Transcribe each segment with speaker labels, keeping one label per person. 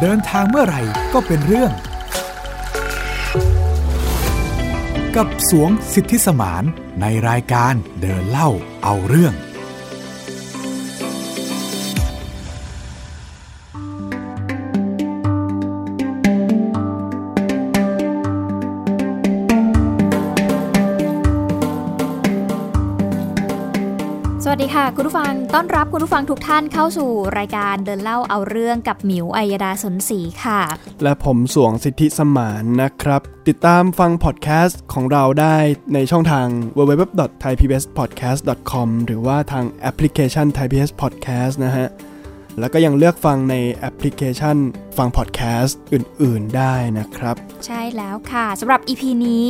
Speaker 1: เดินทางเมื่อไหร่ก็เป็นเรื่อง กับสวงสิทธิสมานในรายการเดินเล่าเอาเรื่อง
Speaker 2: สวัสดีค่ะ คุณผู้ฟังต้อนรับคุณผู้ฟังทุกท่านเข้าสู่รายการเดินเล่าเอาเรื่องกับหมิวอัยดาสนศรีค่ะ
Speaker 3: และผมสวงสิทธิสมานนะครับ ติดตามฟังพอดแคสต์ของเราได้ในช่องทาง www.thaipbspodcast.com หรือว่าทางแอปพลิเคชัน Thai PBS Podcast นะฮะ แล้วก็ยังเลือกฟังในแอปพลิเคชันฟังพอดแคสต์อื่นๆได้นะครับ
Speaker 2: ใช่แล้วค่ะสำหรับ EP นี้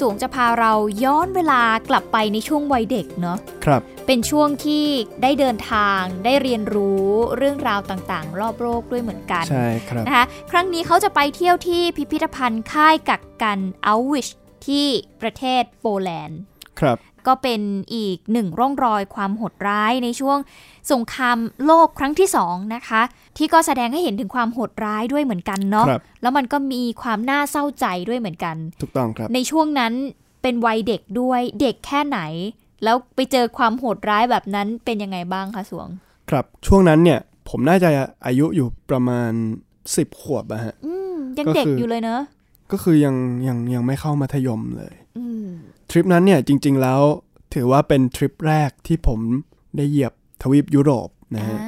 Speaker 2: สูงจะพาเราย้อนเวลากลับไปในช่วงวัยเด็กเนาะ
Speaker 3: ครับ
Speaker 2: เป็นช่วงที่ได้เดินทางได้เรียนรู้เรื่องราวต่างๆ รอบโลกด้วยเหมือนกัน
Speaker 3: ใช่ครับ
Speaker 2: นะคะครั้งนี้เขาจะไปเที่ยวที่พิพิธภัณฑ์ค่ายกักกันอาวิชที่ประเทศโปแลนด์
Speaker 3: ครับ
Speaker 2: ก็เป็นอีกหนึ่งร่องรอยความโหดร้ายในช่วงสงครามโลกครั้งที่สองนะคะ ที่ก็แสดงให้เห็นถึงความโหดร้ายด้วยเหมือนกันเนาะ
Speaker 3: ครับ
Speaker 2: แล้วมันก็มีความน่าเศร้าใจด้วยเหมือนกัน
Speaker 3: ถูกต้องครับ
Speaker 2: ในช่วงนั้นเป็นวัยเด็กด้วยเด็กแค่ไหน แล้วไปเจอความโหดร้ายแบบนั้นเป็นยังไงบ้างคะสวง
Speaker 3: ครับ ช่วงนั้นเนี่ย ผมน่าจะอายุอยู่ประมาณ 10 ขวบอะฮะ
Speaker 2: อืมยัง
Speaker 3: ก็คือ
Speaker 2: เด็กอยู่เลยเนอะ
Speaker 3: ก็คือยังยังยังไม่เข้ามัธยมเลย
Speaker 2: อืม
Speaker 3: ทริปนั้นเนี่ยจริงๆแล้วถือว่าเป็นทริปแรกที่ผมได้เหยียบทวีปยุโรปนะ
Speaker 2: อ่า
Speaker 3: ฮะ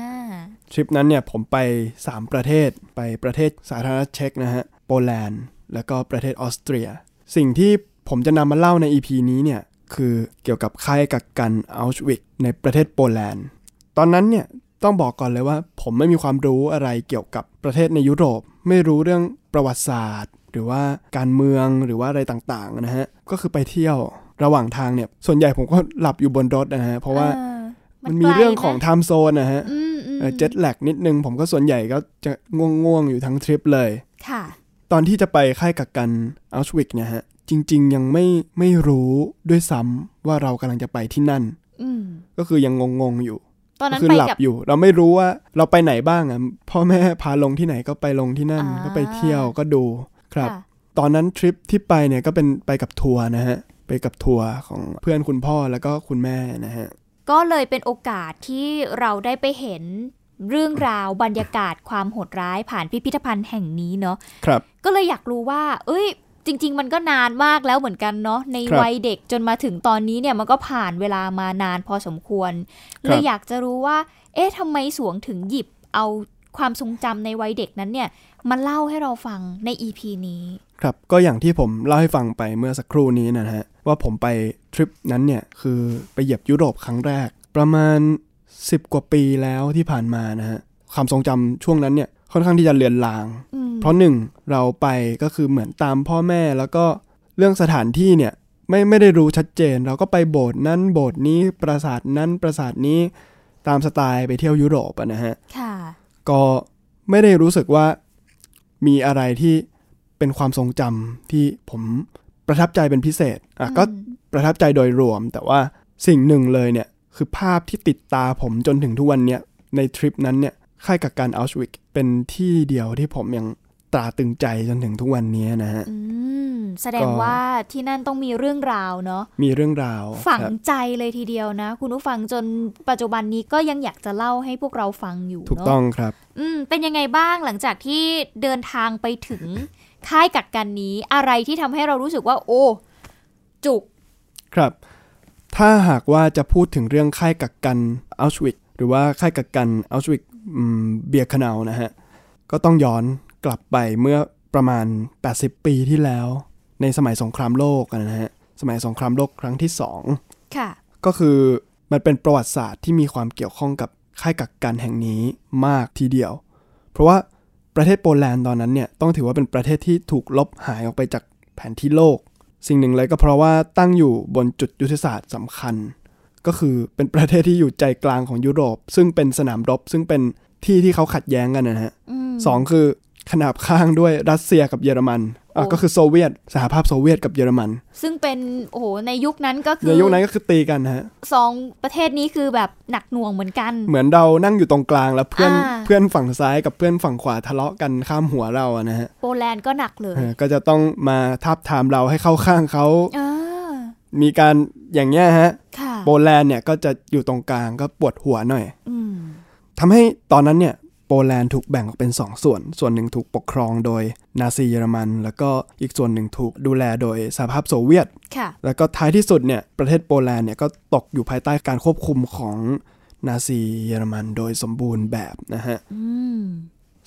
Speaker 3: ทริปนั้นเนี่ยผมไป 3 ประเทศไปประเทศสาธารณรัฐเช็กนะฮะโปแลนด์ แล้วก็ประเทศออสเตรีย สิ่งที่ผมจะนำมาเล่าใน EP นี้เนี่ยคือเกี่ยวกับค่ายกักกันอัลชวิกในประเทศโปแลนด์ ตอนนั้นเนี่ยต้องบอกก่อนเลยว่า ผมไม่มีความรู้อะไรเกี่ยวกับประเทศในยุโรป ไม่รู้เรื่องประวัติศาสตร์ หรือว่าการเมืองหรือว่าอะไรต่างๆนะฮะก็คือไปเที่ยวระหว่างทางเนี่ยส่วนใหญ่ผมก็หลับอยู่บนรถนะฮะเพราะว่า
Speaker 2: ออ
Speaker 3: มันมีเรื่องของ
Speaker 2: ไกลนะ
Speaker 3: ไทม์โซนนะฮะ
Speaker 2: อืมอืม
Speaker 3: เจ็ตแลกนิดนึง ผมก็ส่วนใหญ่ก็จะง่วงๆอยู่ทั้งทริปเลย
Speaker 2: ค่ะ
Speaker 3: ตอนที่จะไปค่ายกักกันอัลชวิกเนี่ยฮะจริง ๆ ยังไม่ไม่รู้ด้วยซ้ำว่าเรากำลังจะไปที่นั่น
Speaker 2: อืม
Speaker 3: ก็คือยังงงๆอยู่
Speaker 2: ตอนนั้น
Speaker 3: คือ
Speaker 2: ไป
Speaker 3: หลับ
Speaker 2: กับ
Speaker 3: อยู่เราไม่รู้ว่าเราไปไหนบ้างอ่ะพ่อแม่พาลงที่ไหนก็ไปลงที่นั่น
Speaker 2: อ่า
Speaker 3: ก็ไปเที่ยวก็ดูครับ
Speaker 2: ค่ะ
Speaker 3: ตอนนั้นทริปที่ไปเนี่ยก็เป็นไปกับทัวร์นะฮะไปกับทัวร์ของเพื่อนคุณพ่อแล้วก็คุณแม่นะฮะ
Speaker 2: ก็เลยเป็นโอกาสที่เราได้ไปเห็นเรื่องราวบรรยากาศความโหดร้ายผ่านพิพิธภัณฑ์แห่งนี้เนาะ
Speaker 3: ครับ
Speaker 2: ก็เลยอยากรู้ว่า เอ้ย จริง ๆ มันก็นานมากแล้วเหมือนกันเนาะใน
Speaker 3: ครับ
Speaker 2: วัยเด็กจนมาถึงตอนนี้เนี่ยมันก็ผ่านเวลามานานพอสมควร
Speaker 3: ครับ
Speaker 2: เลยอยากจะรู้ว่า เอ๊ะทำไมสวงถึงหยิบเอาความทรงจำในวัยเด็กนั้นเนี่ยมาเล่าให้เราฟังใน EP นี้
Speaker 3: ครับก็อย่างที่ผมเล่าให้ฟังไปเมื่อสักครู่นี้นะฮะว่าผมไปทริปนั้นเนี่ยคือไปเหยียบยุโรปครั้งแรก ประมาณ 10 กว่าปีแล้วที่ผ่านมานะฮะความทรงจำช่วงนั้นเนี่ยค่อนข้างที่จะเลือนลาง
Speaker 2: อืม
Speaker 3: เพราะหนึ่งเราไปก็คือเหมือนตามพ่อแม่แล้วก็เรื่องสถานที่เนี่ยไม่ไม่ได้รู้ชัดเจน เราก็ไปโบสถ์นั้นโบสถ์นี้ปราสาทนั้นปราสาทนี้ตามสไตล์ไปเที่ยวยุโรปอะนะฮะ
Speaker 2: ค่ะ
Speaker 3: ก็ไม่ได้รู้สึกว่ามีอะไรที่เป็นความทรงจำที่ผมประทับใจเป็นพิเศษอ่ะก็ประทับใจโดยรวม แต่ว่าสิ่งหนึ่งเลยเนี่ยคือภาพที่ติดตาผมจนถึงทุกวันเนี่ยในทริปนั้นเนี่ยค่ายกักกันอัลชวิกเป็นที่เดียวที่ผมยังตราตรึงใจจนถึงทุกวันนี้นะฮะ
Speaker 2: อืมแสดง
Speaker 3: ก็
Speaker 2: ว่าที่นั่นต้องมีเรื่องราวเนาะ
Speaker 3: มีเรื่องราว
Speaker 2: ฝัง
Speaker 3: ครับ
Speaker 2: ใจเลยทีเดียวนะ คุณผู้ฟังจนปัจจุบันนี้ก็ยังอยากจะเล่าให้พวกเราฟังอยู่
Speaker 3: ถูก
Speaker 2: เนาะ
Speaker 3: ต้องครับ
Speaker 2: อืมเป็นยังไงบ้างหลังจากที่เดินทางไปถึง ค่ายกักกันนี้อะไรที่ทำให้เรารู้สึกว่า โอ้ จุก
Speaker 3: ครับ ถ้าหากว่าจะพูดถึงเรื่องค่ายกักกันอัลชวิกหรือว่าค่ายกักกันอัลชวิกเบียร์คนานะฮะ ก็ต้องย้อนกลับไปเมื่อประมาณ 80 ปีที่แล้ว ในสมัยสงครามโลกอะนะฮะ สมัยสงครามโลกครั้งที่ 2
Speaker 2: ค่ะ
Speaker 3: ก็คือมันเป็นประวัติศาสตร์ที่มีความเกี่ยวข้องกับค่ายกักกันแห่งนี้มากทีเดียว เพราะว่าประเทศโปแลนด์ตอนนั้นเนี่ยต้องถือว่าเป็นประเทศที่ถูกลบหายออกไปจากแผนที่โลก สิ่งหนึ่งเลยก็เพราะว่าตั้งอยู่บนจุดยุทธศาสตร์สำคัญ ก็คือเป็นประเทศที่อยู่ใจกลางของยุโรป ซึ่งเป็นสนามรบซึ่งเป็นที่ที่เขาขัดแย้งกันนะฮะ
Speaker 2: อืม
Speaker 3: สองคือ ขนาบข้างด้วยรัสเซียกับเยอรมันอ่ะ
Speaker 2: โอ้
Speaker 3: ก็คือโซเวียต สหภาพโซเวียตกับเยอรมัน
Speaker 2: ซึ่งเป็นโอ้โหในยุคนั้นก็คื
Speaker 3: ใน
Speaker 2: อ
Speaker 3: ยุคนั้นก็คือตีกันนะฮะ
Speaker 2: สองประเทศนี้คือแบบหนักหน่วงเหมือนกัน
Speaker 3: เหมือนเรานั่งอยู่ตรงกลางแล้วเพื่อน
Speaker 2: อ่า
Speaker 3: เพื่อนฝั่งซ้ายกับเพื่อนฝั่งขวาทะเลาะกันข้ามหัวเราอะนะฮะ
Speaker 2: โปแลนด์ก็หนักเลย
Speaker 3: เออก็จะต้องมาทาบทามเราให้เข้าข้างเขา
Speaker 2: อ่า
Speaker 3: มีการอย่างเงี้ยฮะ
Speaker 2: ค่ะ
Speaker 3: โปแลนด์เนี่ยก็จะอยู่ตรงกลางก็ปวดหัวหน่อย
Speaker 2: อืม
Speaker 3: ทำให้ตอนนั้นเนี่ยโปแลนด์ถูกแบ่งออกเป็น 2 ส่วน ส่วนหนึ่งถูกปกครองโดยนาซีเยอรมัน แล้วก็อีกส่วนหนึ่งถูกดูแลโดยสหภาพโซเวียต
Speaker 2: ค่ะ
Speaker 3: แล้วก็ท้ายที่สุดเนี่ยประเทศโปแลนด์เนี่ยก็ตกอยู่ภายใต้การควบคุมของนาซีเยอรมันโดยสมบูรณ์แบบนะฮะ
Speaker 2: อืม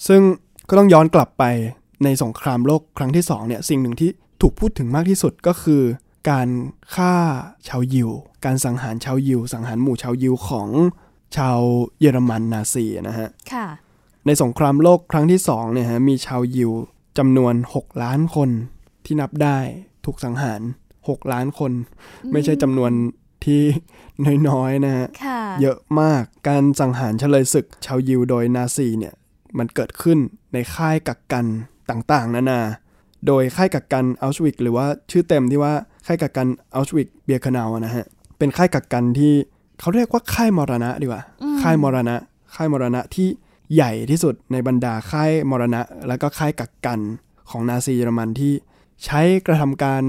Speaker 3: ซึ่งก็ต้องย้อนกลับไปในสงครามโลกครั้งที่สองเนี่ยสิ่งหนึ่งที่ถูกพูดถึงมากที่สุดก็คือ การฆ่าชาวยิว การสังหารชาวยิว สังหารหมู่ชาวยิวของชาวเยอรมันนาซีนะฮะ
Speaker 2: ค่ะ
Speaker 3: ในสงครามโลกครั้งที่2เนี่ยฮะมีชาวยิวจำนวน 6 ล้านคนที่นับได้ถูกสังหาร 6 ล้านคน ไม่ใช่จำนวนที่ น้อยๆนะฮะ
Speaker 2: ค่ะ
Speaker 3: เยอะมากการสังหารเฉลยศึกชาวยิวโดยนาซีเนี่ยมันเกิดขึ้นในค่ายกักกันต่างๆ นานา โดยค่ายกักกันอัลชวิกหรือว่าชื่อเต็มที่ว่าค่ายกักกันอัลชวิกเบียร์คานาวนะฮะเป็นค่ายกักกันที่เขาเรียกว่าค่ายมรณะดีกว่า ค่ายมรณะ ค่ายมรณะที่ใหญ่ที่สุดในบรรดาค่ายมรณะ แล้วก็ค่ายกักกันของนาซีเยอรมันที่ใช้กระทำการ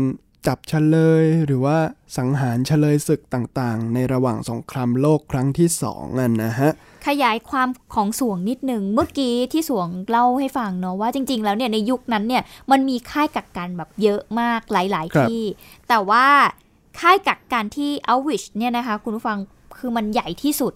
Speaker 3: จับเฉลย หรือว่าสังหารเฉลยศึกต่างๆ ในระหว่างสงครามโลกครั้งที่สองนั่นนะฮะ
Speaker 2: ขยายความของสวงนิดหนึ่งเมื่อกี้ที่สวงเล่าให้ฟังเนาะว่าจริง ๆ แล้วเนี่ยในยุคนั้นเนี่ยมันมีค่ายกักกันแบบเยอะมากหลาย
Speaker 3: ค
Speaker 2: ๆ
Speaker 3: รับ
Speaker 2: ที่ แต่ว่าค่ายกักกันที่อวิชเนี่ยนะคะ คุณผู้ฟังคือมันใหญ่ที่สุด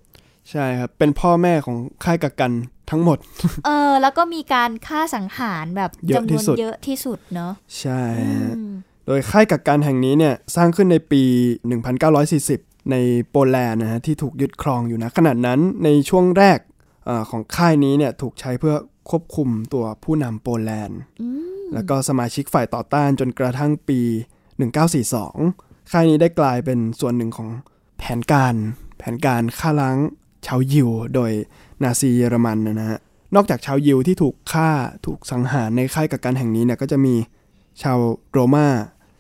Speaker 3: ใช่ครับ เป็นพ่อแม่ของค่ายกักกันทั้งหมด
Speaker 2: เออแล้วก็มีการฆ่าสังหารแบบ
Speaker 3: เยอะ
Speaker 2: จำน
Speaker 3: ที่
Speaker 2: วน
Speaker 3: สุด
Speaker 2: เยอะที่สุดเนาะ
Speaker 3: ใช่ฮะ
Speaker 2: อืม
Speaker 3: โดยค่ายกักกันแห่งนี้เนี่ยสร้างขึ้นในปี 1940 ในโปแลนด์นะฮะที่ถูกยึดครองอยู่นะขณะนั้นในช่วงแรกเออของค่ายนี้เนี่ยถูกใช้เพื่อควบคุมตัวผู้นำโปแลนด์ แล้วก็สมาชิกฝ่ายต่อต้านจนกระทั่งปี 1942 ค่ายนี้ได้กลายเป็นส่วนหนึ่งของแผนการ แผนการฆ่าล้างชาวยิวโดยนาซีเยอรมันนะฮะนอกจากชาวยิวที่ถูกฆ่าถูกสังหารในค่ายกักกันแห่งนี้เนี่ยก็จะมี ชาวโรมา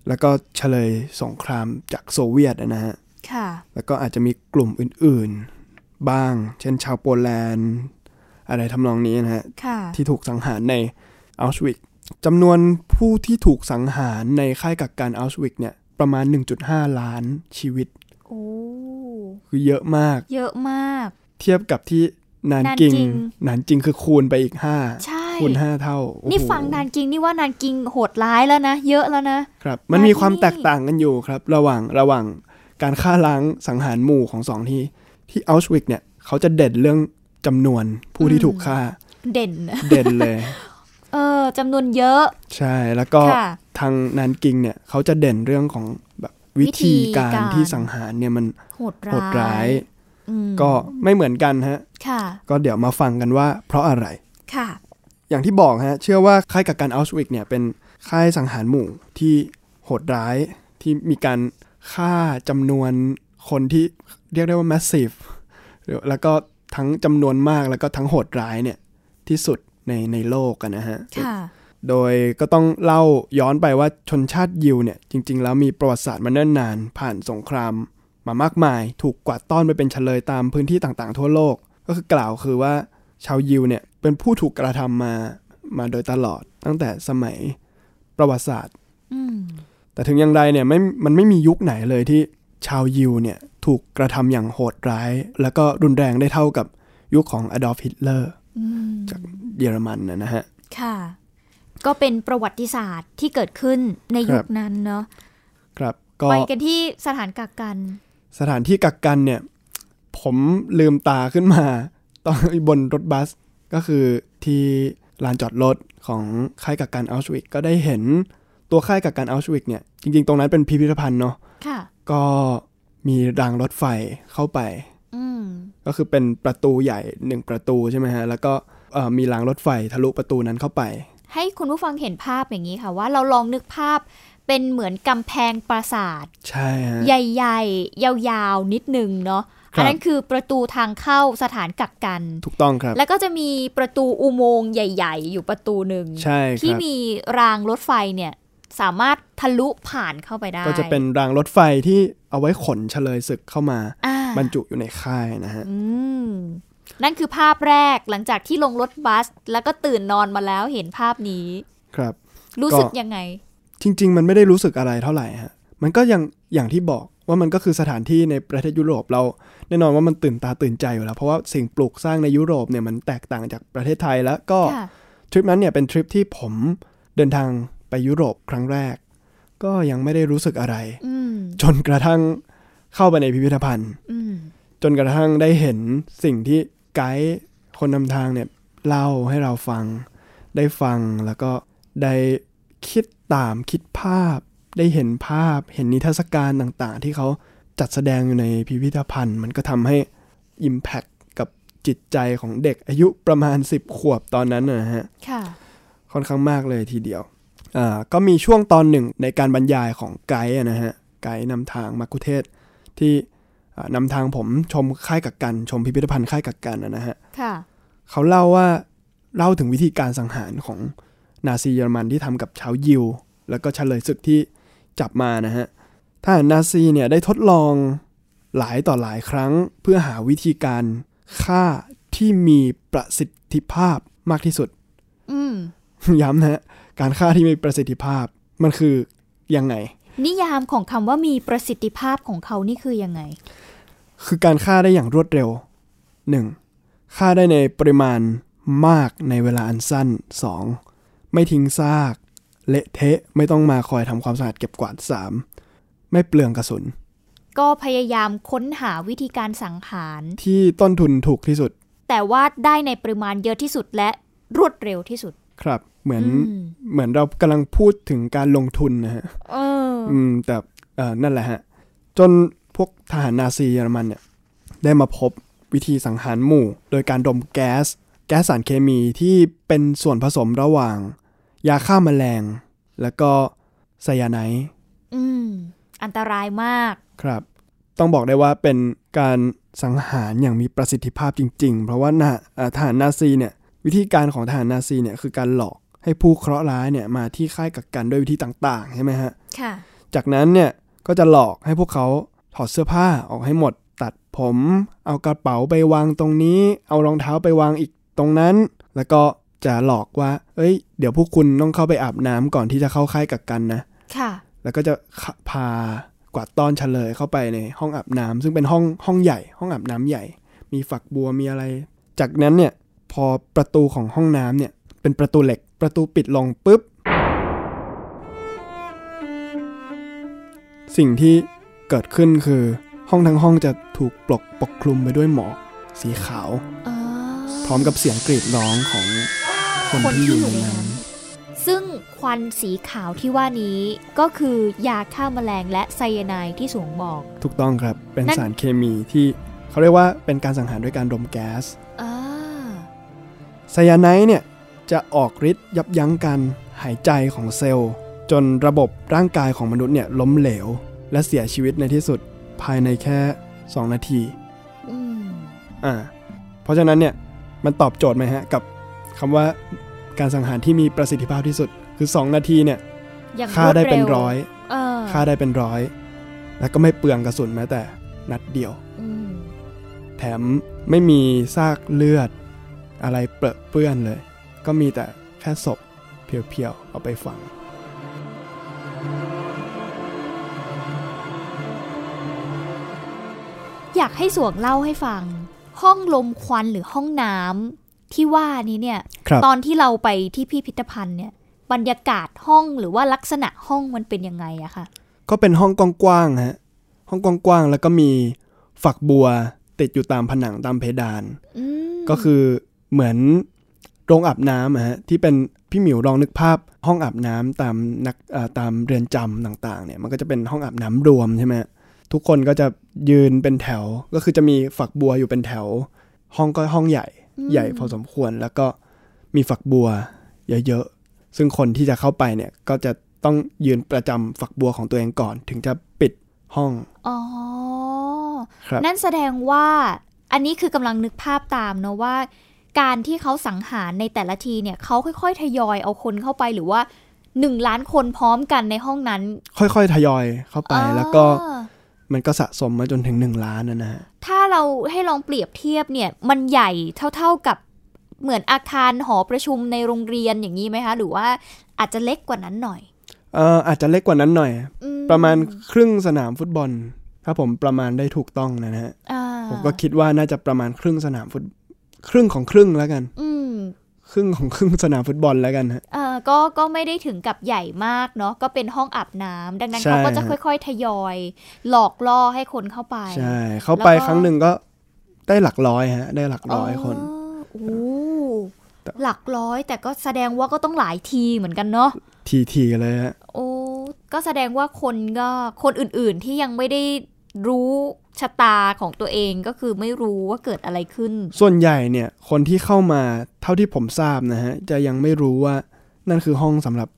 Speaker 3: แล้วก็เฉลยสงครามจากโซเวียตนะฮะ
Speaker 2: ค่ะ
Speaker 3: แล้วก็อาจจะมีกลุ่มอื่นๆ บ้าง เช่นชาวโปแลนด์ อะไรทำนองนี้นะฮะ
Speaker 2: ค่ะ
Speaker 3: ที่ถูกสังหารในอัลชวิกจำนวนผู้ที่ถูกสังหารในค่ายกักกันอัลชวิกเนี่ยประมาณ 1.5 ล้านชีวิต
Speaker 2: โอ้
Speaker 3: คือเยอะมาก
Speaker 2: เยอะมาก
Speaker 3: เทียบกับที่นานกิง
Speaker 2: นานกิง
Speaker 3: นานกิงคือคูณไปอีก
Speaker 2: ใช่
Speaker 3: 5 คูณ 5 เท่าโอ้โห
Speaker 2: นี่ฟังนานกิงนี่ว่านานกิงโหดร้ายแล้วนะ เยอะแล้วนะ
Speaker 3: ครับ มันมีความแตกต่างกันอยู่ครับ ระหว่างระหว่างการฆ่าล้างสังหารหมู่ของสองที่ ที่อัลชวิกเนี่ยเขาจะเด่นเรื่องจำนวนผู้ที่ถูกฆ่า
Speaker 2: เด่น
Speaker 3: เด่น เลย
Speaker 2: เออจำนวนเยอะ
Speaker 3: ใช่แล้วก็
Speaker 2: ค่ะ
Speaker 3: ทางนานกิงเนี่ยเขาจะเด่นเรื่องของแบบวิ
Speaker 2: วิธี
Speaker 3: ธีการ
Speaker 2: การ
Speaker 3: ที่สังหารเนี่ยมัน
Speaker 2: โหดร้าย
Speaker 3: โหดร้าย
Speaker 2: อืม
Speaker 3: ก็ไม่เหมือนกันฮะ
Speaker 2: ค่ะ
Speaker 3: ก็เดี๋ยวมาฟังกันว่าเพราะอะไร
Speaker 2: ค่ะ
Speaker 3: อย่างที่บอกฮะ เชื่อว่าค่ายกักกันอัลชวิกเนี่ยเป็นค่ายสังหารหมู่ที่โหดร้ายที่มีการฆ่าจำนวนคนที่เรียกได้ว่า massive หรือแล้วก็ทั้งจำนวนมากแล้วก็ทั้งโหดร้ายเนี่ยที่สุดในในโลกกันนะฮะ
Speaker 2: ค่ะ
Speaker 3: โดยก็ต้องเล่าย้อนไปว่าชนชาติยิวเนี่ยจริง ๆ แล้วมีประวัติศาสตร์มาเนิ่นนาน ผ่านสงครามมามากมาย ถูกกวาดต้อนไปเป็นเฉลยตามพื้นที่ต่างๆ ทั่วโลก ก็คือกล่าวคือว่าชาวยิวเนี่ยเป็นผู้ถูกกระทำมามาโดยตลอดตั้งแต่สมัยประวัติศาสตร์
Speaker 2: อืม
Speaker 3: แต่ถึงอย่างไรเนี่ยไม่มันไม่มียุคไหนเลยที่ชาวยิวเนี่ยถูกกระทำอย่างโหดร้าย แล้วก็รุนแรงได้เท่ากับยุคของอดอล์ฟฮิตเลอร์
Speaker 2: อืม
Speaker 3: จากเยอรมันนะนะฮะ
Speaker 2: ค่ะ ก็เป็นประวัติศาสตร์ที่เกิดขึ้นในยุ
Speaker 3: ครั
Speaker 2: ค
Speaker 3: บ
Speaker 2: นั้นเนาะ
Speaker 3: ครับก็
Speaker 2: ไปกันที่สถานกักกัน
Speaker 3: สถานที่กักกันเนี่ย ผมลืมตาขึ้นมา ตอนบนรถบัสก็คือที่ลานจอดรถของค่ายกักกันอัลชวิกก็ได้เห็นตัวค่ายกักกันอัลชวิกเนี่ย จริงๆ ตรงนั้นเป็นพิพิธภัณฑ์เนาะ
Speaker 2: ค่ะ
Speaker 3: ก็มีรางรถไฟเข้าไป
Speaker 2: อืม
Speaker 3: ก็คือเป็นประตูใหญ่หนึ่งประตูใช่ไหมฮะ แล้วก็เอ่อมีรางรถไฟทะลุประตูนั้นเข้าไป
Speaker 2: ให้คุณผู้ฟังเห็นภาพอย่างนี้ค่ะ ว่าเราลองนึกภาพเป็นเหมือนกำแพงปราสาท
Speaker 3: ใช่ฮะ
Speaker 2: ใหญ่ ๆ ยาวๆ นิดนึงเนาะ
Speaker 3: ค
Speaker 2: อั
Speaker 3: รับ
Speaker 2: นนั้นคือประตูทางเข้าสถานกักกัน
Speaker 3: ถูกต้องครับ
Speaker 2: แล้วก็จะมีประตูอุโมงค์ใหญ่ ๆ อยู่ประตูหนึ่ง
Speaker 3: ใช่ค
Speaker 2: ที่
Speaker 3: รับ
Speaker 2: มีรางรถไฟเนี่ยสามารถทะลุผ่านเข้าไปได้
Speaker 3: ก็จะเป็นรางรถไฟที่เอาไว้ขนเฉลยศึกเข้ามา
Speaker 2: อ่า
Speaker 3: บรรจุอยู่ในค่ายนะฮะ
Speaker 2: อืมนั่นคือภาพแรกหลังจากที่ลงรถบัส แล้วก็ตื่นนอนมาแล้วเห็นภาพนี้
Speaker 3: ครับ
Speaker 2: รู้สึกยังไง
Speaker 3: จริง ๆ มันไม่ได้รู้สึกอะไรเท่าไหร่ฮะ มันก็ยังอย่างที่บอกว่ามันก็คือสถานที่ในประเทศยุโรปเรา แน่นอนว่ามันตื่นตาตื่นใจอยู่แล้ว เพราะว่าสิ่งปลูกสร้างในยุโรปเนี่ยมันแตกต่างจากประเทศไทยแล้วก็
Speaker 2: ค่ะ
Speaker 3: ทริปนั้นเนี่ยเป็นทริปที่ผมเดินทางไปยุโรปครั้งแรก ก็ยังไม่ได้รู้สึกอะไร
Speaker 2: อืม
Speaker 3: จนกระทั่งเข้าไปในพิพิธภัณฑ์
Speaker 2: อืม
Speaker 3: จนกระทั่งได้เห็นสิ่งที่ไกด์คนนำทางเนี่ยเล่าให้เราฟัง ได้ฟังแล้วก็ได้คิดตามคิดภาพ ได้เห็นภาพ เห็นนิทรรศการต่างๆ ที่เขาจัดแสดงอยู่ในพิพิธภัณฑ์ มันก็ทำให้ Impact กับจิตใจของเด็กอายุประมาณ 10 ขวบตอนนั้นนะฮะ
Speaker 2: ค่ะ
Speaker 3: ค่อนข้างมากเลยทีเดียวอ่าก็มีช่วงตอนหนึ่งในการบรรยายของไกด์อะนะฮะ ไกด์นำทางมาคุเทศก์ที่อ่านำทางผมชมค่ายกักกัน ชมพิพิธภัณฑ์ค่ายกักกันอะนะฮะ
Speaker 2: ค่ะ
Speaker 3: เขาเล่าว่าเล่าถึงวิธีการสังหารของนาซีเยอรมันที่ทำกับชาวยิว แล้วก็เฉลยศึกที่จับมานะฮะทหารนาซีเนี่ยได้ทดลองหลายต่อหลายครั้ง เพื่อหาวิธีการฆ่าที่มีประสิทธิภาพมากที่สุด
Speaker 2: อืม
Speaker 3: ย้ำนะฮะการฆ่าที่มีประสิทธิภาพมันคือยังไง
Speaker 2: นิยามของคำว่ามีประสิทธิภาพของเขานี่คือยังไง
Speaker 3: คือการฆ่าได้อย่างรวดเร็ว 1. ฆ่าได้ในปริมาณมากในเวลาอันสั้น 2. ไม่ทิ้งซาก เละเทะไม่ต้องมาคอยทำความสะอาดเก็บกวาด 3. ไม่เปลืองกระสุน
Speaker 2: ก็พยายามค้นหาวิธีการสังหาร
Speaker 3: ที่ต้นทุนถูกที่สุด
Speaker 2: แต่ว่าได้ในปริมาณเยอะที่สุดและรวดเร็วที่สุด
Speaker 3: ครับ เหมือน
Speaker 2: อืม
Speaker 3: เหมือนเรากำลังพูดถึงการลงทุนนะฮะ
Speaker 2: เออ
Speaker 3: อืมแต่เอ่อนั่นแหละฮะ จนพวกทหารนาซีเยอรมันเนี่ยได้มาพบวิธีสังหารหมู่ โดยการดมแก๊ส แก๊สสารเคมีที่เป็นส่วนผสมระหว่าง ยาฆ่าแมลง แล้วก็ไซยาไนด์
Speaker 2: อืม อันตรายมาก
Speaker 3: ครับ ต้องบอกได้ว่าเป็นการสังหารอย่างมีประสิทธิภาพจริง ๆ เพราะว่านาเอ่อทหารนาซีเนี่ยวิธีการของทหารนาซีเนี่ยคือการหลอกให้ผู้เคราะห์ร้ายเนี่ยมาที่ค่ายกักกันด้วยวิธีต่างๆใช่ไหมฮะ
Speaker 2: ค่ะ
Speaker 3: จากนั้นเนี่ยก็จะหลอกให้พวกเขาถอดเสื้อผ้าออกให้หมด ตัดผม เอากระเป๋าไปวางตรงนี้ เอารองเท้าไปวางอีกตรงนั้น แล้วก็จะหลอกว่า เอ้ย เดี๋ยวพวกคุณต้องเข้าไปอาบน้ำก่อนที่จะเข้าค่ายกักกันนะ
Speaker 2: ค่ะ
Speaker 3: แล้วก็จะขะพากวาดต้อนเฉลยเข้าไปในห้องอาบน้ำซึ่งเป็นห้องห้องใหญ่ ห้องอาบน้ำใหญ่ มีฝักบัวมีอะไร จากนั้นเนี่ยพอประตูของห้องน้ำเนี่ยเป็นประตูเหล็ก ประตูปิดลงปุ๊บ สิ่งที่เกิดขึ้นคือห้องทั้งห้องจะถูกปลกปกคลุมไปด้วยหมอกสีขาว
Speaker 2: เออ
Speaker 3: พร้อมกับเสียงกรีดร้องของคนที่อยู่ในนั้น
Speaker 2: ซึ่งควันสีขาวที่ว่านี้ก็คือยาฆ่าแมลงและไซยาไนด์ที่สูงบอก
Speaker 3: ถูกต้องครับ เป็น
Speaker 2: นั่น
Speaker 3: สารเคมีที่เขาเรียกว่าเป็นการสังหารด้วยการดมแก๊ส
Speaker 2: อ่า
Speaker 3: ไซยาไนด์เนี่ยจะออกฤทธิ์ยับยั้งการหายใจของเซลล์ จนระบบร่างกายของมนุษย์เนี่ยล้มเหลว และเสียชีวิตในที่สุดภายในแค่ 2 นาที
Speaker 2: อืม
Speaker 3: อ่าเพราะฉะนั้นเนี่ยมันตอบโจทย์ไหมฮะ กับคำว่าการสังหารที่มีประสิทธิภาพที่สุด คือ 2 นาทีเนี่ย
Speaker 2: อย่าง
Speaker 3: ฆ่าร
Speaker 2: วด
Speaker 3: ได้เป็น
Speaker 2: ว
Speaker 3: ร้อย
Speaker 2: เออ
Speaker 3: ฆ่าได้เป็นร้อย แล้วก็ไม่เปลืองกระสุนแม้แต่นัดเดียว
Speaker 2: อืม
Speaker 3: แถมไม่มีซากเลือดอะไรเปรอะเปื้อนเลย ก็มีแต่แค่ศพเพียวๆ เอาไปฝัง
Speaker 2: อยากให้สวงเล่าให้ฟัง ห้องลมควันหรือห้องน้ำที่ว่านี้เนี่ย
Speaker 3: ครับ
Speaker 2: ตอนที่เราไปที่พิพิธภัณฑ์เนี่ยบรรยากาศห้องหรือว่าลักษณะห้องมันเป็นยังไงอะคะ
Speaker 3: ก็เป็นห้องกว้างๆฮะ ห้องกว้างๆ แล้วก็มีฝักบัวติดอยู่ตามผนังตามเพดาน
Speaker 2: อืม
Speaker 3: ก็คือเหมือนโรงอาบน้ำอะฮะที่เป็นพี่หมิวลองนึกภาพ ห้องอาบน้ำตามนักเอ่อตามเรือนจำต่างๆเนี่ยมันก็จะเป็นห้องอาบน้ำรวมใช่ไหมฮะทุกคนก็จะยืนเป็นแถวก็คือจะมีฝักบัวอยู่เป็นแถว ห้องก็ห้องใหญ่ ใหญ่พอสมควรแล้วก็มีฝักบัวเยอะๆ ซึ่งคนที่จะเข้าไปเนี่ยก็จะต้องยืนประจำฝักบัวของตัวเองก่อน ถึงจะปิดห้อง
Speaker 2: อ๋อ
Speaker 3: ครับ
Speaker 2: นั่นแสดงว่าอันนี้คือกำลังนึกภาพตามเนอะว่า การที่เขาสังหารในแต่ละทีเนี่ยเขาค่อยๆ ทยอยเอาคนเข้าไปหรือว่าหนึ่งล้านคนพร้อมกันในห้องนั้น
Speaker 3: ค่อยๆ ทยอยเข้าไป
Speaker 2: อ่า
Speaker 3: แล้วก็มันก็สะสมมาจนถึง 1 ล้านนะนะฮะ
Speaker 2: ถ้าเราให้ลองเปรียบเทียบเนี่ยมันใหญ่เท่าๆกับเหมือนอาคารหอประชุมในโรงเรียนอย่างนี้ไหมคะ หรือว่าอาจจะเล็กกว่านั้นหน่อย
Speaker 3: เอ่ออาจจะเล็กกว่านั้นหน่อย
Speaker 2: อื
Speaker 3: ประมาณครึ่งสนามฟุตบอล ถ้าผมประมาณได้ถูกต้องนะฮะ
Speaker 2: อ่า
Speaker 3: ผมก็คิดว่าน่าจะประมาณครึ่งสนามฟุตครึ่งของครึ่งแล้วกัน
Speaker 2: อืม
Speaker 3: ครึ่งของครึ่งสนามฟุตบอลแล้วกันฮะ
Speaker 2: เอ่อก็ก็ไม่ได้ถึงกับใหญ่มากเนาะก็เป็นห้องอาบน้ำดังนั้น
Speaker 3: ใช่
Speaker 2: เขาก็จะค่อยๆ ทยอย หลอกล่อให้คนเข้าไป
Speaker 3: ใช่ เข้าไป
Speaker 2: แล้วก็
Speaker 3: ครั้งหนึ่งก็ได้หลักร้อยฮะ ได้หลักร้อยคน
Speaker 2: โอ้หลักร้อยแต่ก็แสดงว่าก็ต้องหลายทีเหมือนกันเนาะ
Speaker 3: ทีทีเลยฮะ
Speaker 2: โอ้ก็แสดงว่าคนก็คนอื่นๆที่ยังไม่ได้รู้ชะตาของตัวเองก็คือไม่รู้ว่าเกิดอะไรขึ้น
Speaker 3: ส่วนใหญ่เนี่ย คนที่เข้ามาเท่าที่ผมทราบนะฮะ จะยังไม่รู้ว่านั่นคือห้องสำหรับ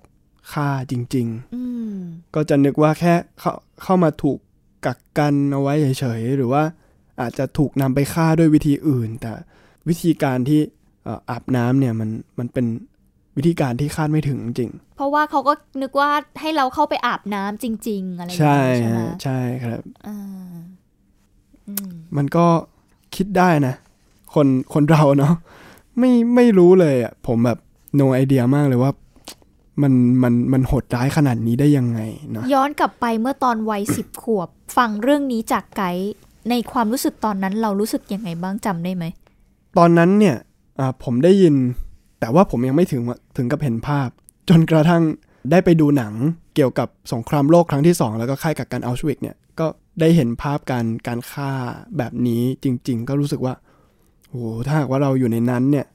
Speaker 3: ฆ่าจริง ๆ
Speaker 2: อืม
Speaker 3: ก็จะนึกว่าแค่เข้าเข้ามาถูกกักกันเอาไว้เฉยๆ หรือว่าอาจจะถูกนำไปฆ่าด้วยวิธีอื่น แต่วิธีการที่เอ่ออาบน้ำเนี่ยมันมันเป็นวิธีการที่คาดไม่ถึงจริง
Speaker 2: เพราะว่าเขาก็นึกว่าให้เราเข้าไปอาบน้ำจริง ๆ อะไรอ
Speaker 3: ๆ
Speaker 2: ย่าง
Speaker 3: ใช่
Speaker 2: นี้ใช่ไหม
Speaker 3: ฮะใช่ครับ
Speaker 2: อ่าอืม
Speaker 3: มันก็คิดได้นะ คนคนเราเนาะไม่ไม่รู้เลยอ่ะผมแบบ no idea มากเลยว่ามันมันมันโหดร้ายขนาดนี้ได้ยังไงเนาะ
Speaker 2: ย้อนกลับไปเมื่อตอนวัย สิบขวบ ฟังเรื่องนี้จากไกด์ในความรู้สึกตอนนั้นเรารู้สึกยังไงบ้างจำได้ไหม
Speaker 3: ตอนนั้นเนี่ยอ่าผมได้ยิน แต่ว่าผมยังไม่ถึงว่าถึงกับเห็นภาพ จนกระทั่งได้ไปดูหนังเกี่ยวกับสงครามโลกครั้งที่ 2 แล้วก็ค่ายกักกันอัลชวิกเนี่ยก็ได้เห็นภาพการการฆ่าแบบนี้จริง ๆ ก็รู้สึกว่าโหถ้าหากว่าเราอยู่ในนั้นเนี่ย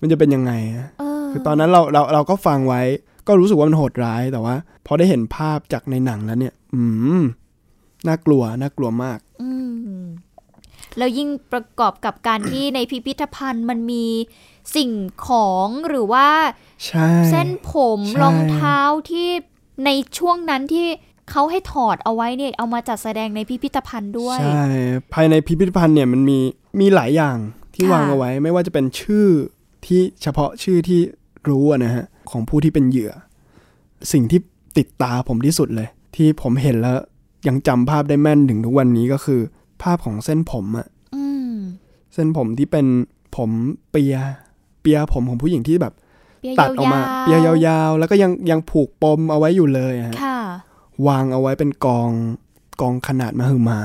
Speaker 3: มันจะเป็นยังไงอะ
Speaker 2: เออ
Speaker 3: คือตอนนั้นเราเราเราก็ฟังไว้ ก็รู้สึกว่ามันโหดร้ายแต่ว่าพอได้เห็นภาพจากในหนังแล้วเนี่ย อืมน่ากลัวน่ากลัวมาก
Speaker 2: อืมแล้วยิ่งประกอบกับการที่ ในพิพิธภัณฑ์มันมีสิ่งของหรือว่า
Speaker 3: ใช่
Speaker 2: เส้นผม
Speaker 3: ใช่
Speaker 2: รองเท้าที่ในช่วงนั้นที่เขาให้ถอดเอาไว้เนี่ยเอามาจัดแสดงในพิพิธภัณฑ์ด้วย
Speaker 3: ใช่ ภายในพิพิธภัณฑ์เนี่ยมันมีมีหลายอย่างที่
Speaker 2: ค่ะ
Speaker 3: วางเอาไว้ ไม่ว่าจะเป็นชื่อที่เฉพาะชื่อที่รู้อะนะฮะ ของผู้ที่เป็นเหยื่อ สิ่งที่ติดตาผมที่สุดเลย ที่ผมเห็นแล้วยังจำภาพได้แม่นถึงทุกวันนี้ก็คือ ภาพของเส้นผมอะ
Speaker 2: อืม
Speaker 3: เส้นผมที่เป็นผมเปีย เปียผมของผู้หญิงที่แบบ
Speaker 2: เปีย
Speaker 3: ตัดออกมา เปียยาวๆ แล้วก็ยังยังผูกปมเอาไว้อยู่เลยอะฮะ
Speaker 2: ค่ะ
Speaker 3: วางเอาไว้เป็นกองกองขนาดมหึมา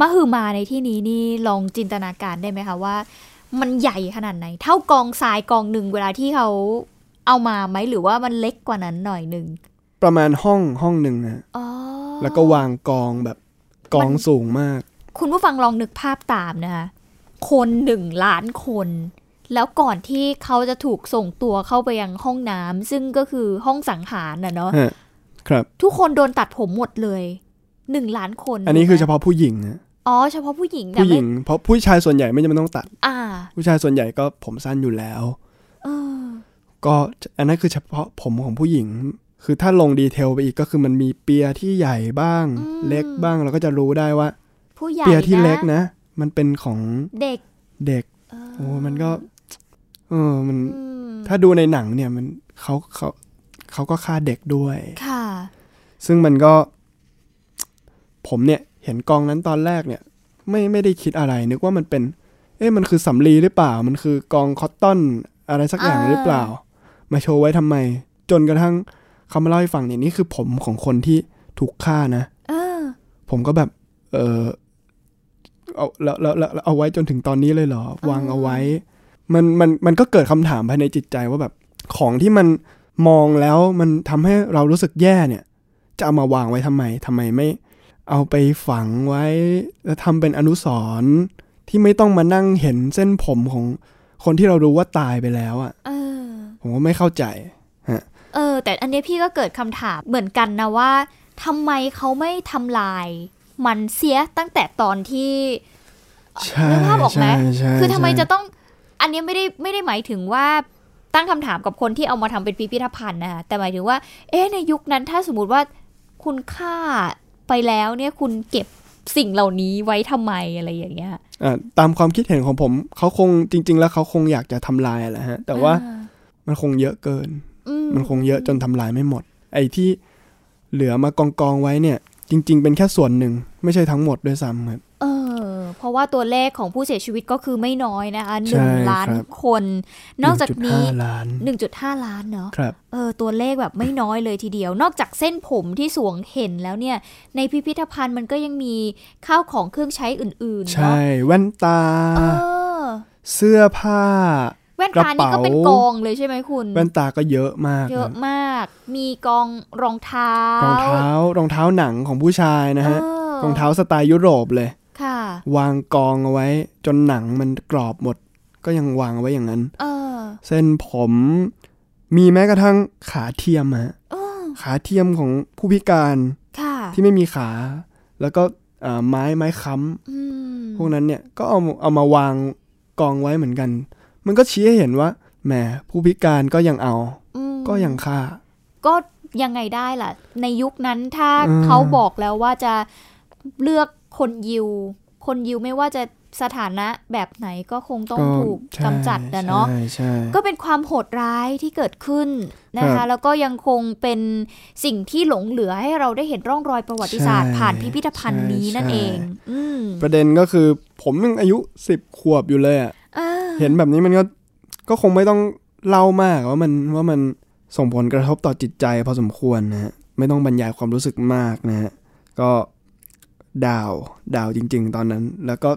Speaker 2: มหึมาในที่นี้นี่ลองจินตนาการได้ไหมคะว่า มันใหญ่ขนาดไหน เท่ากองทรายกองหนึ่งเวลาที่เขาเอามาไหมหรือว่ามันเล็กกว่านั้นหน่อยหนึ่ง
Speaker 3: ประมาณห้องห้องหนึ่งนะฮะ
Speaker 2: อ๋อ
Speaker 3: แล้วก็วางกองแบบกองสูงมาก
Speaker 2: คุณผู้ฟังลองนึกภาพตามนะคะคนหนึ่งล้านคน แล้วก่อนที่เขาจะถูกส่งตัวเข้าไปยังห้องน้ำซึ่งก็คือห้องสังหารนะเนาะ
Speaker 3: ฮะ ครับ
Speaker 2: ทุกคนโดนตัดผมหมดเลยหนึ่งล้านคน
Speaker 3: อันนี้
Speaker 2: ถูกไหม
Speaker 3: คือเฉพาะผู้หญิงนะ
Speaker 2: อ๋อเฉพาะผู้หญิงแต่
Speaker 3: ผู้ห
Speaker 2: ไม่
Speaker 3: ญิง เพราะผู้ชายส่วนใหญ่ไม่จำเป็นต้องตัด
Speaker 2: อ่า
Speaker 3: ผู้ชายส่วนใหญ่ก็ผมสั้นอยู่แล้ว
Speaker 2: เออ
Speaker 3: ก็อันนั้นคือเฉพาะผมของผู้หญิง คือถ้าลงดีเทลไปอีกก็คือมันมีเปียที่ใหญ่บ้าง
Speaker 2: อืม
Speaker 3: เล็กบ้างเราก็จะรู้ได้ว่า
Speaker 2: ผู้ใหญ่
Speaker 3: เปียที่
Speaker 2: นะ
Speaker 3: เล็กนะ มันเป็นของ
Speaker 2: เด็ก
Speaker 3: เด็ก
Speaker 2: เออ
Speaker 3: โอ้มันก็ เออ มัน
Speaker 2: อืม
Speaker 3: ถ้าดูในหนังเนี่ยมันเขาเขาเขาก็ฆ่าเด็กด้วย
Speaker 2: ค่ะ
Speaker 3: ซึ่งมันก็ ผมเนี่ยเห็นกองนั้นตอนแรกเนี่ย ไม่ไม่ได้คิดอะไร นึกว่ามันเป็น เอ๊ะมันคือสำลีหรือเปล่า มันคือกองคอตตอนอะไรสักอย่าง
Speaker 2: อ่า
Speaker 3: หรือเปล่า มาโชว์ไว้ทำไม จนกระทั่งเขามาเล่าให้ฟังเนี่ยนี่คือผมของคนที่ถูกฆ่านะ
Speaker 2: เออ
Speaker 3: ผมก็แบบ เออเอาแล้วแล้วแล้วแล้วเอาไว้จนถึงตอนนี้เลยเหรอ วางเอาไว้ มันมันมันก็เกิดคำถามภายในจิตใจว่าแบบ ของที่มันมองแล้วมันทำให้เรารู้สึกแย่เนี่ย จะเอามาวางไว้ทำไมทำไมไม่ เอาไปฝังไว้ แล้วทำเป็นอนุสรณ์ที่ไม่ต้องมานั่งเห็นเส้นผมของคนที่เรารู้ว่าตายไปแล้วอะ่ะ
Speaker 2: เออ
Speaker 3: ผมก็ไม่เข้าใจ
Speaker 2: เออ แต่อันเนี้ยพี่ก็เกิดคำถามเหมือนกันนะว่าทำไมเขาไม่ทำลาย มันเสียตั้งแต่ตอนที่
Speaker 3: ใช่
Speaker 2: นึกภาพออกไหม
Speaker 3: ใช่ใช่
Speaker 2: คือทำไม
Speaker 3: ใช่
Speaker 2: จะต้อง อันเนี้ยไม่ได้ไม่ได้หมายถึงว่าตั้งคำถามกับคนที่เอามาทำเป็นพิพิธภัณฑ์นะคะแต่หมายถึงว่า เอ๊ะในยุคนั้นถ้าสมมติว่าคุณฆ่าไปแล้วเนี่ยคุณเก็บ สิ่งเหล่านี้ไว้ทำไมอะไรอย่างเงี้ย
Speaker 3: อ่าตามความคิดเห็นของผมเขาคงจริง ๆ แล้วเขาคงอยากจะทำลายแหละฮะ แต่ว่า
Speaker 2: อ่
Speaker 3: มันคงเยอะเกิน
Speaker 2: อืม
Speaker 3: มันคงเยอะจนทำลายไม่หมด ไอ้ที่เหลือมากองกองๆไว้เนี่ย จริง ๆ เป็นแค่ส่วนหนึ่ง ไม่ใช่ทั้งหมดด้วยซ้ำครับ
Speaker 2: เออ เพราะว่าตัวเลขของผู้เสียชีวิตก็คือไม่น้อยนะคะห
Speaker 3: ใช่
Speaker 2: นึ่งล้าน
Speaker 3: ครับ
Speaker 2: คน นอกจากนี้
Speaker 3: 1.5ล้าน
Speaker 2: 1.5 ล้านเนาะ
Speaker 3: ครับ
Speaker 2: เออตัวเลขแบบไม่น้อยเลยทีเดียว นอกจากเส้นผมที่สวงเห็นแล้วเนี่ย ในพิพิธภัณฑ์มันก็ยังมีข้าวของเครื่องใช้อื่นๆเนาะ
Speaker 3: ใช่ แว่นตา
Speaker 2: เออ
Speaker 3: เสื้อผ้า
Speaker 2: แว่นตานี่ก็เป็น
Speaker 3: กระ
Speaker 2: ก
Speaker 3: เป๋า
Speaker 2: องเลยใช่ไหมคุณ
Speaker 3: แว่นตาก็เยอะมาก
Speaker 2: เย
Speaker 3: ค
Speaker 2: อะ
Speaker 3: รับ
Speaker 2: มาก มีกองรองเท้าร ร
Speaker 3: องเท้ารองเท้าหนังของผู้ชายนะฮะ รองเท้าสไตล์ยุโรปเลย
Speaker 2: ค่ะ
Speaker 3: วางกองเอาไว้ จนหนังมันกรอบหมด ก็ยังวางเอาไว้อย่างนั้น
Speaker 2: เออ
Speaker 3: เส้นผมมีแม้กระทั่งขาเทียมฮะ
Speaker 2: เออ
Speaker 3: ขาเทียมของผู้พิการ
Speaker 2: ค่ะ
Speaker 3: ที่ไม่มีขา แล้วก็อ่าไม้ไม้ค้
Speaker 2: อืม
Speaker 3: ำพวกนั้นเนี่ยก็เอาเอามาวางกองไว้เหมือนกัน มันก็ชี้ให้เห็นว่าแหมผู้พิการก็ยังเอา
Speaker 2: อืม
Speaker 3: ก็ยังฆ่า
Speaker 2: ก็ยังไงได้ล่ะ ในยุคนั้นถ้า
Speaker 3: อืม
Speaker 2: เขาบอกแล้วว่าจะเลือกคนยิว คนยิวไม่ว่าจะสถานะแบบไหนก็คงต้อง
Speaker 3: ก็
Speaker 2: ถูก
Speaker 3: ใช่
Speaker 2: กำจัดนะเนาะ
Speaker 3: ใช่ใช่
Speaker 2: ก็เป็นความโหดร้ายที่เกิดขึ้นนะ
Speaker 3: ครั
Speaker 2: คะ
Speaker 3: บ
Speaker 2: แล้วก็ยังคงเป็นสิ่งที่หลงเหลือให้เราได้เห็นร่องรอยประวัติศาสตร์
Speaker 3: ใช่
Speaker 2: ผ่านพิพิธภัณฑ์นี้นั่น
Speaker 3: ใช่
Speaker 2: เอง อืม
Speaker 3: ประเด็นก็คือผมยังอายุสิบขวบอยู่เลยอะ
Speaker 2: อ่า
Speaker 3: เห็นแบบนี้มันก็ก็คงไม่ต้องเล่ามากว่ามันว่ามันส่งผลกระทบต่อจิตใจพอสมควรนะฮะไม่ต้องบรรยายความรู้สึกมากนะฮะก็ดาวดาวจริง ๆ ตอนนั้น แล้วก็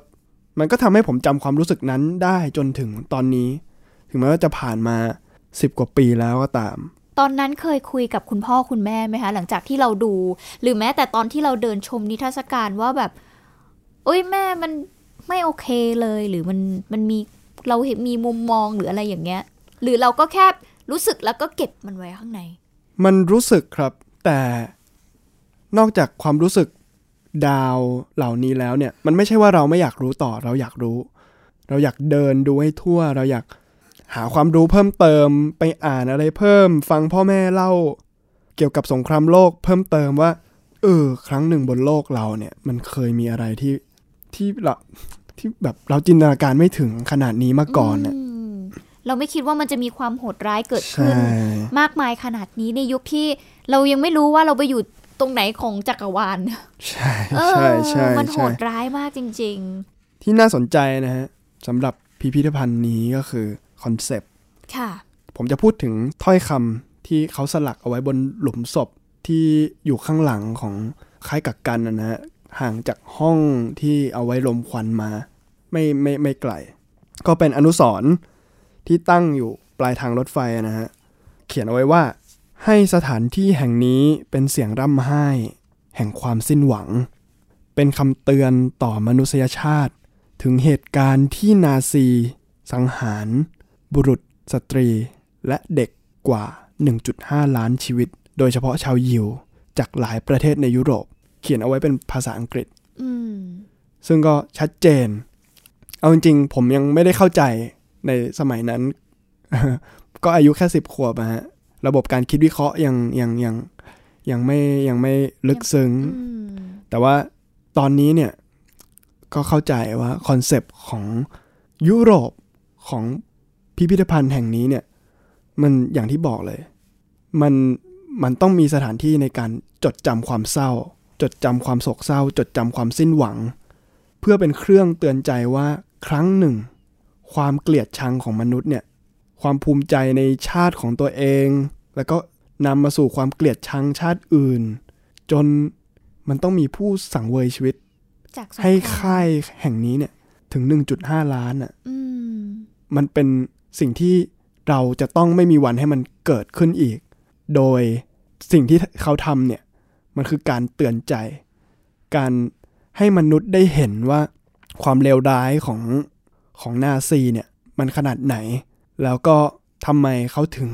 Speaker 3: มันก็ทำให้ผมจำความรู้สึกนั้นได้จนถึงตอนนี้ ถึงแม้ว่าจะผ่านมาสิบกว่าปีแล้วก็ตาม
Speaker 2: ตอนนั้นเคยคุยกับคุณพ่อคุณแม่ไหมคะ หลังจากที่เราดู หรือแม้แต่ตอนที่เราเดินชมนิทรรศการว่าแบบเอ้ยแม่มันไม่โอเคเลย หรือมันมันมีเราเห็นมีมุมมองหรืออะไรอย่างเงี้ย หรือเราก็แค่รู้สึกแล้วก็เก็บมันไว้ข้างใน
Speaker 3: มันรู้สึกครับ แต่นอกจากความรู้สึกดาวเหล่านี้แล้วเนี่ย มันไม่ใช่ว่าเราไม่อยากรู้ต่อเราอยากรู้ เราอยากเดินดูให้ทั่ว เราอยากหาความรู้เพิ่มเติมไปอ่านอะไรเพิ่ม ฟังพ่อแม่เล่า เกี่ยวกับสงครามโลก เพิ่มเติมว่า เออ ครั้งหนึ่งบนโลกเราเนี่ย มันเคยมีอะไรที่ที่เราที่แบบเราจินตนาการไม่ถึงขนาดนี้มาก่อนน่ะ
Speaker 2: อืมเราไม่คิดว่ามันจะมีความโหดร้ายเกิด
Speaker 3: ใช่
Speaker 2: ขึ้น มากมายขนาดนี้ในยุคที่เรายังไม่รู้ว่าเราไปอยู่ตรงไหนของจักรวาล
Speaker 3: ใช่
Speaker 2: เออ
Speaker 3: ใช่ใช่
Speaker 2: มันโห
Speaker 3: ใช่
Speaker 2: ดร้ายมากจริง
Speaker 3: ที่น่าสนใจนะฮะสำหรับพิพิธภัณฑ์นี้ก็คือคอนเซปต์
Speaker 2: ๆ ค่ะ
Speaker 3: ผมจะพูดถึงถ้อยคำที่เขาสลักเอาไว้บนหลุมศพที่อยู่ข้างหลังของค่ายกักกันนะนะฮะห่างจากห้องที่เอาไว้ลมควันมา ไม่ไม่ไม่ไกล ก็เป็นอนุสรณ์ที่ตั้งอยู่ปลายทางรถไฟนะฮะเขียนเอาไว้ว่า ให้สถานที่แห่งนี้เป็นเสียงร่ำไห้ แห่งความสิ้นหวัง เป็นคำเตือนต่อมนุษยชาติ ถึงเหตุการณ์ที่นาซี สังหาร บุรุษ สตรี และเด็กกว่า 1.5 ล้านชีวิต โดยเฉพาะชาวยิว จากหลายประเทศในยุโรป เขียนเอาไว้เป็นภาษาอังกฤษ
Speaker 2: อืม
Speaker 3: ซึ่งก็ชัดเจน เอาจริงๆ ผมยังไม่ได้เข้าใจในสมัยนั้น ก็อายุแค่สิบขวบอะฮะ ระบบการคิดวิเคราะห์ยังยังยังยังไม่ยังไม่ลึกซึ้ง
Speaker 2: อืม
Speaker 3: แต่ว่าตอนนี้เนี่ยก็เข้าใจว่าคอนเซปต์ของยุโรปของพิพิธภัณฑ์แห่งนี้เนี่ยมันอย่างที่บอกเลย มันมันต้องมีสถานที่ในการจดจำความเศร้า จดจำความโศกเศร้า จดจำความสิ้นหวัง เพื่อเป็นเครื่องเตือนใจว่าครั้งหนึ่ง ความเกลียดชังของมนุษย์เนี่ยความภูมิใจในชาติของตัวเอง แล้วก็นำมาสู่ความเกลียดชังชาติอื่น จน มันต้องมีผู้สังเวยชีวิต
Speaker 2: จากสง
Speaker 3: ให้
Speaker 2: คราม
Speaker 3: ค่ายแห่งนี้เนี่ย ถึง 1.5 ล้านอ่ะ
Speaker 2: อืม
Speaker 3: มันเป็นสิ่งที่เราจะต้องไม่มีวันให้มันเกิดขึ้นอีก โดยสิ่งที่เขาทำเนี่ย มันคือการเตือนใจ การให้มนุษย์ได้เห็นว่าความเลวร้ายของของนาซีเนี่ย มันขนาดไหน แล้วก็ทำไมเขาถึง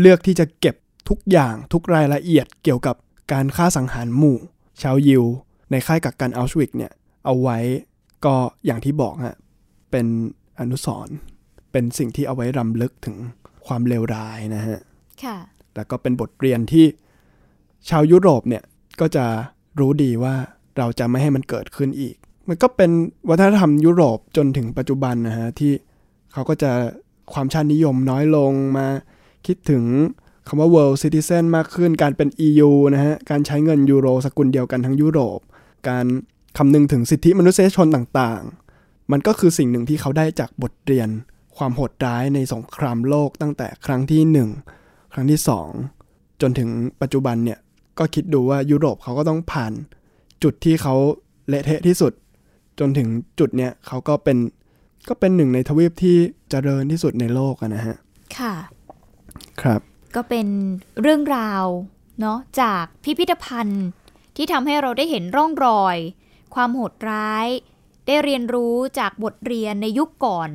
Speaker 3: เลือกที่จะเก็บทุกอย่างทุกรายละเอียดเกี่ยวกับการฆ่าสังหารหมู่ ชาวยิว ในค่ายกักกันอัลชวิกเนี่ย เอาไว้ก็อย่างที่บอกฮะเป็นอนุสรณ์ เป็นสิ่งที่เอาไว้รำลึกถึงความเลวร้ายนะฮะ
Speaker 2: ค่ะ
Speaker 3: แล้วก็เป็นบทเรียนที่ชาวยุโรปเนี่ย ก็จะรู้ดีว่า เราจะไม่ให้มันเกิดขึ้นอีก มันก็เป็นวัฒนธรรมยุโรปจนถึงปัจจุบันนะฮะที่เขาก็จะความชาตินิยมน้อยลงมาคิดถึงคำว่า world citizen มากขึ้น การเป็น EU นะฮะ การใช้เงินยูโรสกุลเดียวกันทั้งยุโรป การคำนึงถึงสิทธิมนุษยชนต่างๆ มันก็คือสิ่งหนึ่งที่เขาได้จากบทเรียน ความโหดร้ายในสงครามโลกตั้งแต่ครั้งที่ 1 ครั้งที่ 2 จนถึงปัจจุบันเนี่ยก็คิดดูว่ายุโรปเขาก็ต้องผ่าน จุดที่เขาเละเทะที่สุด จนถึงจุดเนี่ยเขาก็เป็นก็เป็นหนึ่งในทวีปที่เจริญที่สุดในโลกอะนะฮะ
Speaker 2: ค่ะ
Speaker 3: ครับ
Speaker 2: ก็เป็นเรื่องราวเนาะจากพิพิธภัณฑ์ ที่ทำให้เราได้เห็นร่องรอย ความโหดร้าย ได้เรียนรู้จากบทเรียนในยุคก่อน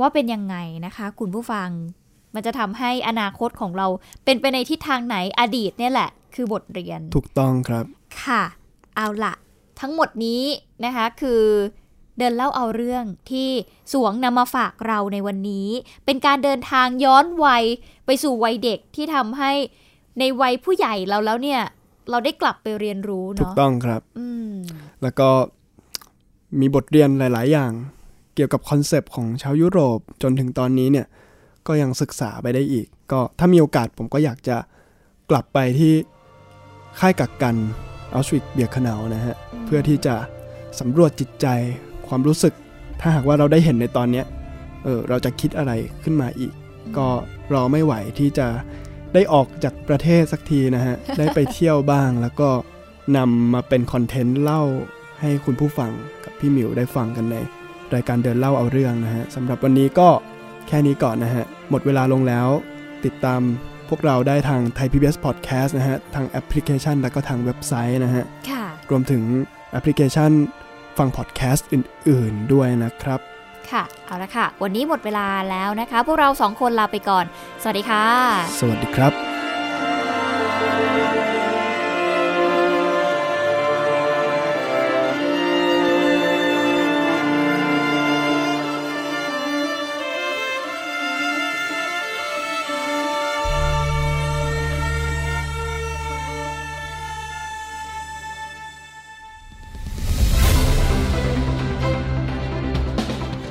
Speaker 2: ว่าเป็นยังไงนะคะ คุณผู้ฟัง มันจะทำให้อนาคตของเราเป็นไปในทิศทางไหนอดีตเนี่ยแหละ คือบทเรียน
Speaker 3: ถูกต้องครับ
Speaker 2: ค่ะ เอาละทั้งหมดนี้นะคะคือเดินเล่าเอาเรื่องที่สวงนำมาฝากเราในวันนี้ เป็นการเดินทางย้อนวัยไปสู่วัยเด็กที่ทำให้ในวัยผู้ใหญ่เราแล้วเนี่ย เราได้กลับไปเรียนรู้
Speaker 3: ถูก
Speaker 2: เนาะ
Speaker 3: ต้องครับ
Speaker 2: อืม
Speaker 3: แล้วก็มีบทเรียนหลาย ๆ อย่าง เกี่ยวกับคอนเซปต์ของชาวยุโรปจนถึงตอนนี้เนี่ยก็ยังศึกษาไปได้อีก ก็ถ้ามีโอกาสผมก็อยากจะกลับไปที่ค่ายกักกันอัลชวิกเบียร์ขนาวนะฮะ เพื่อที่จะสำรวจจิตใจความรู้สึก ถ้าหากว่าเราได้เห็นในตอนเนี้ยเออเราจะคิดอะไรขึ้นมาอีก ก็รอไม่ไหวที่จะได้ออกจากประเทศสักทีนะฮะ ได้ไปเที่ยวบ้างแล้วก็นำมาเป็นคอนเทนต์เล่าให้คุณผู้ฟังกับพี่หมิวได้ฟังกันใน รายการเดินเล่าเอาเรื่องนะฮะสำหรับวันนี้ก็แค่นี้ก่อนนะฮะ หมดเวลาลงแล้ว ติดตามพวกเราได้ทางไทย PBS Podcast นะฮะ ทางแอปพลิเคชันแล้วก็ทางเว็บไซต์นะฮะ
Speaker 2: ค่ะ
Speaker 3: รวมถึงแอปพลิเคชันฟังพอดแคสต์อื่น ๆ ด้วยนะครับ
Speaker 2: ค่ะ เอาละค่ะ วันนี้หมดเวลาแล้วนะคะ พวกเราสองคนลาไปก่อน สวัสดีค่ะ
Speaker 3: สวัสดีครับ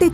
Speaker 4: ติด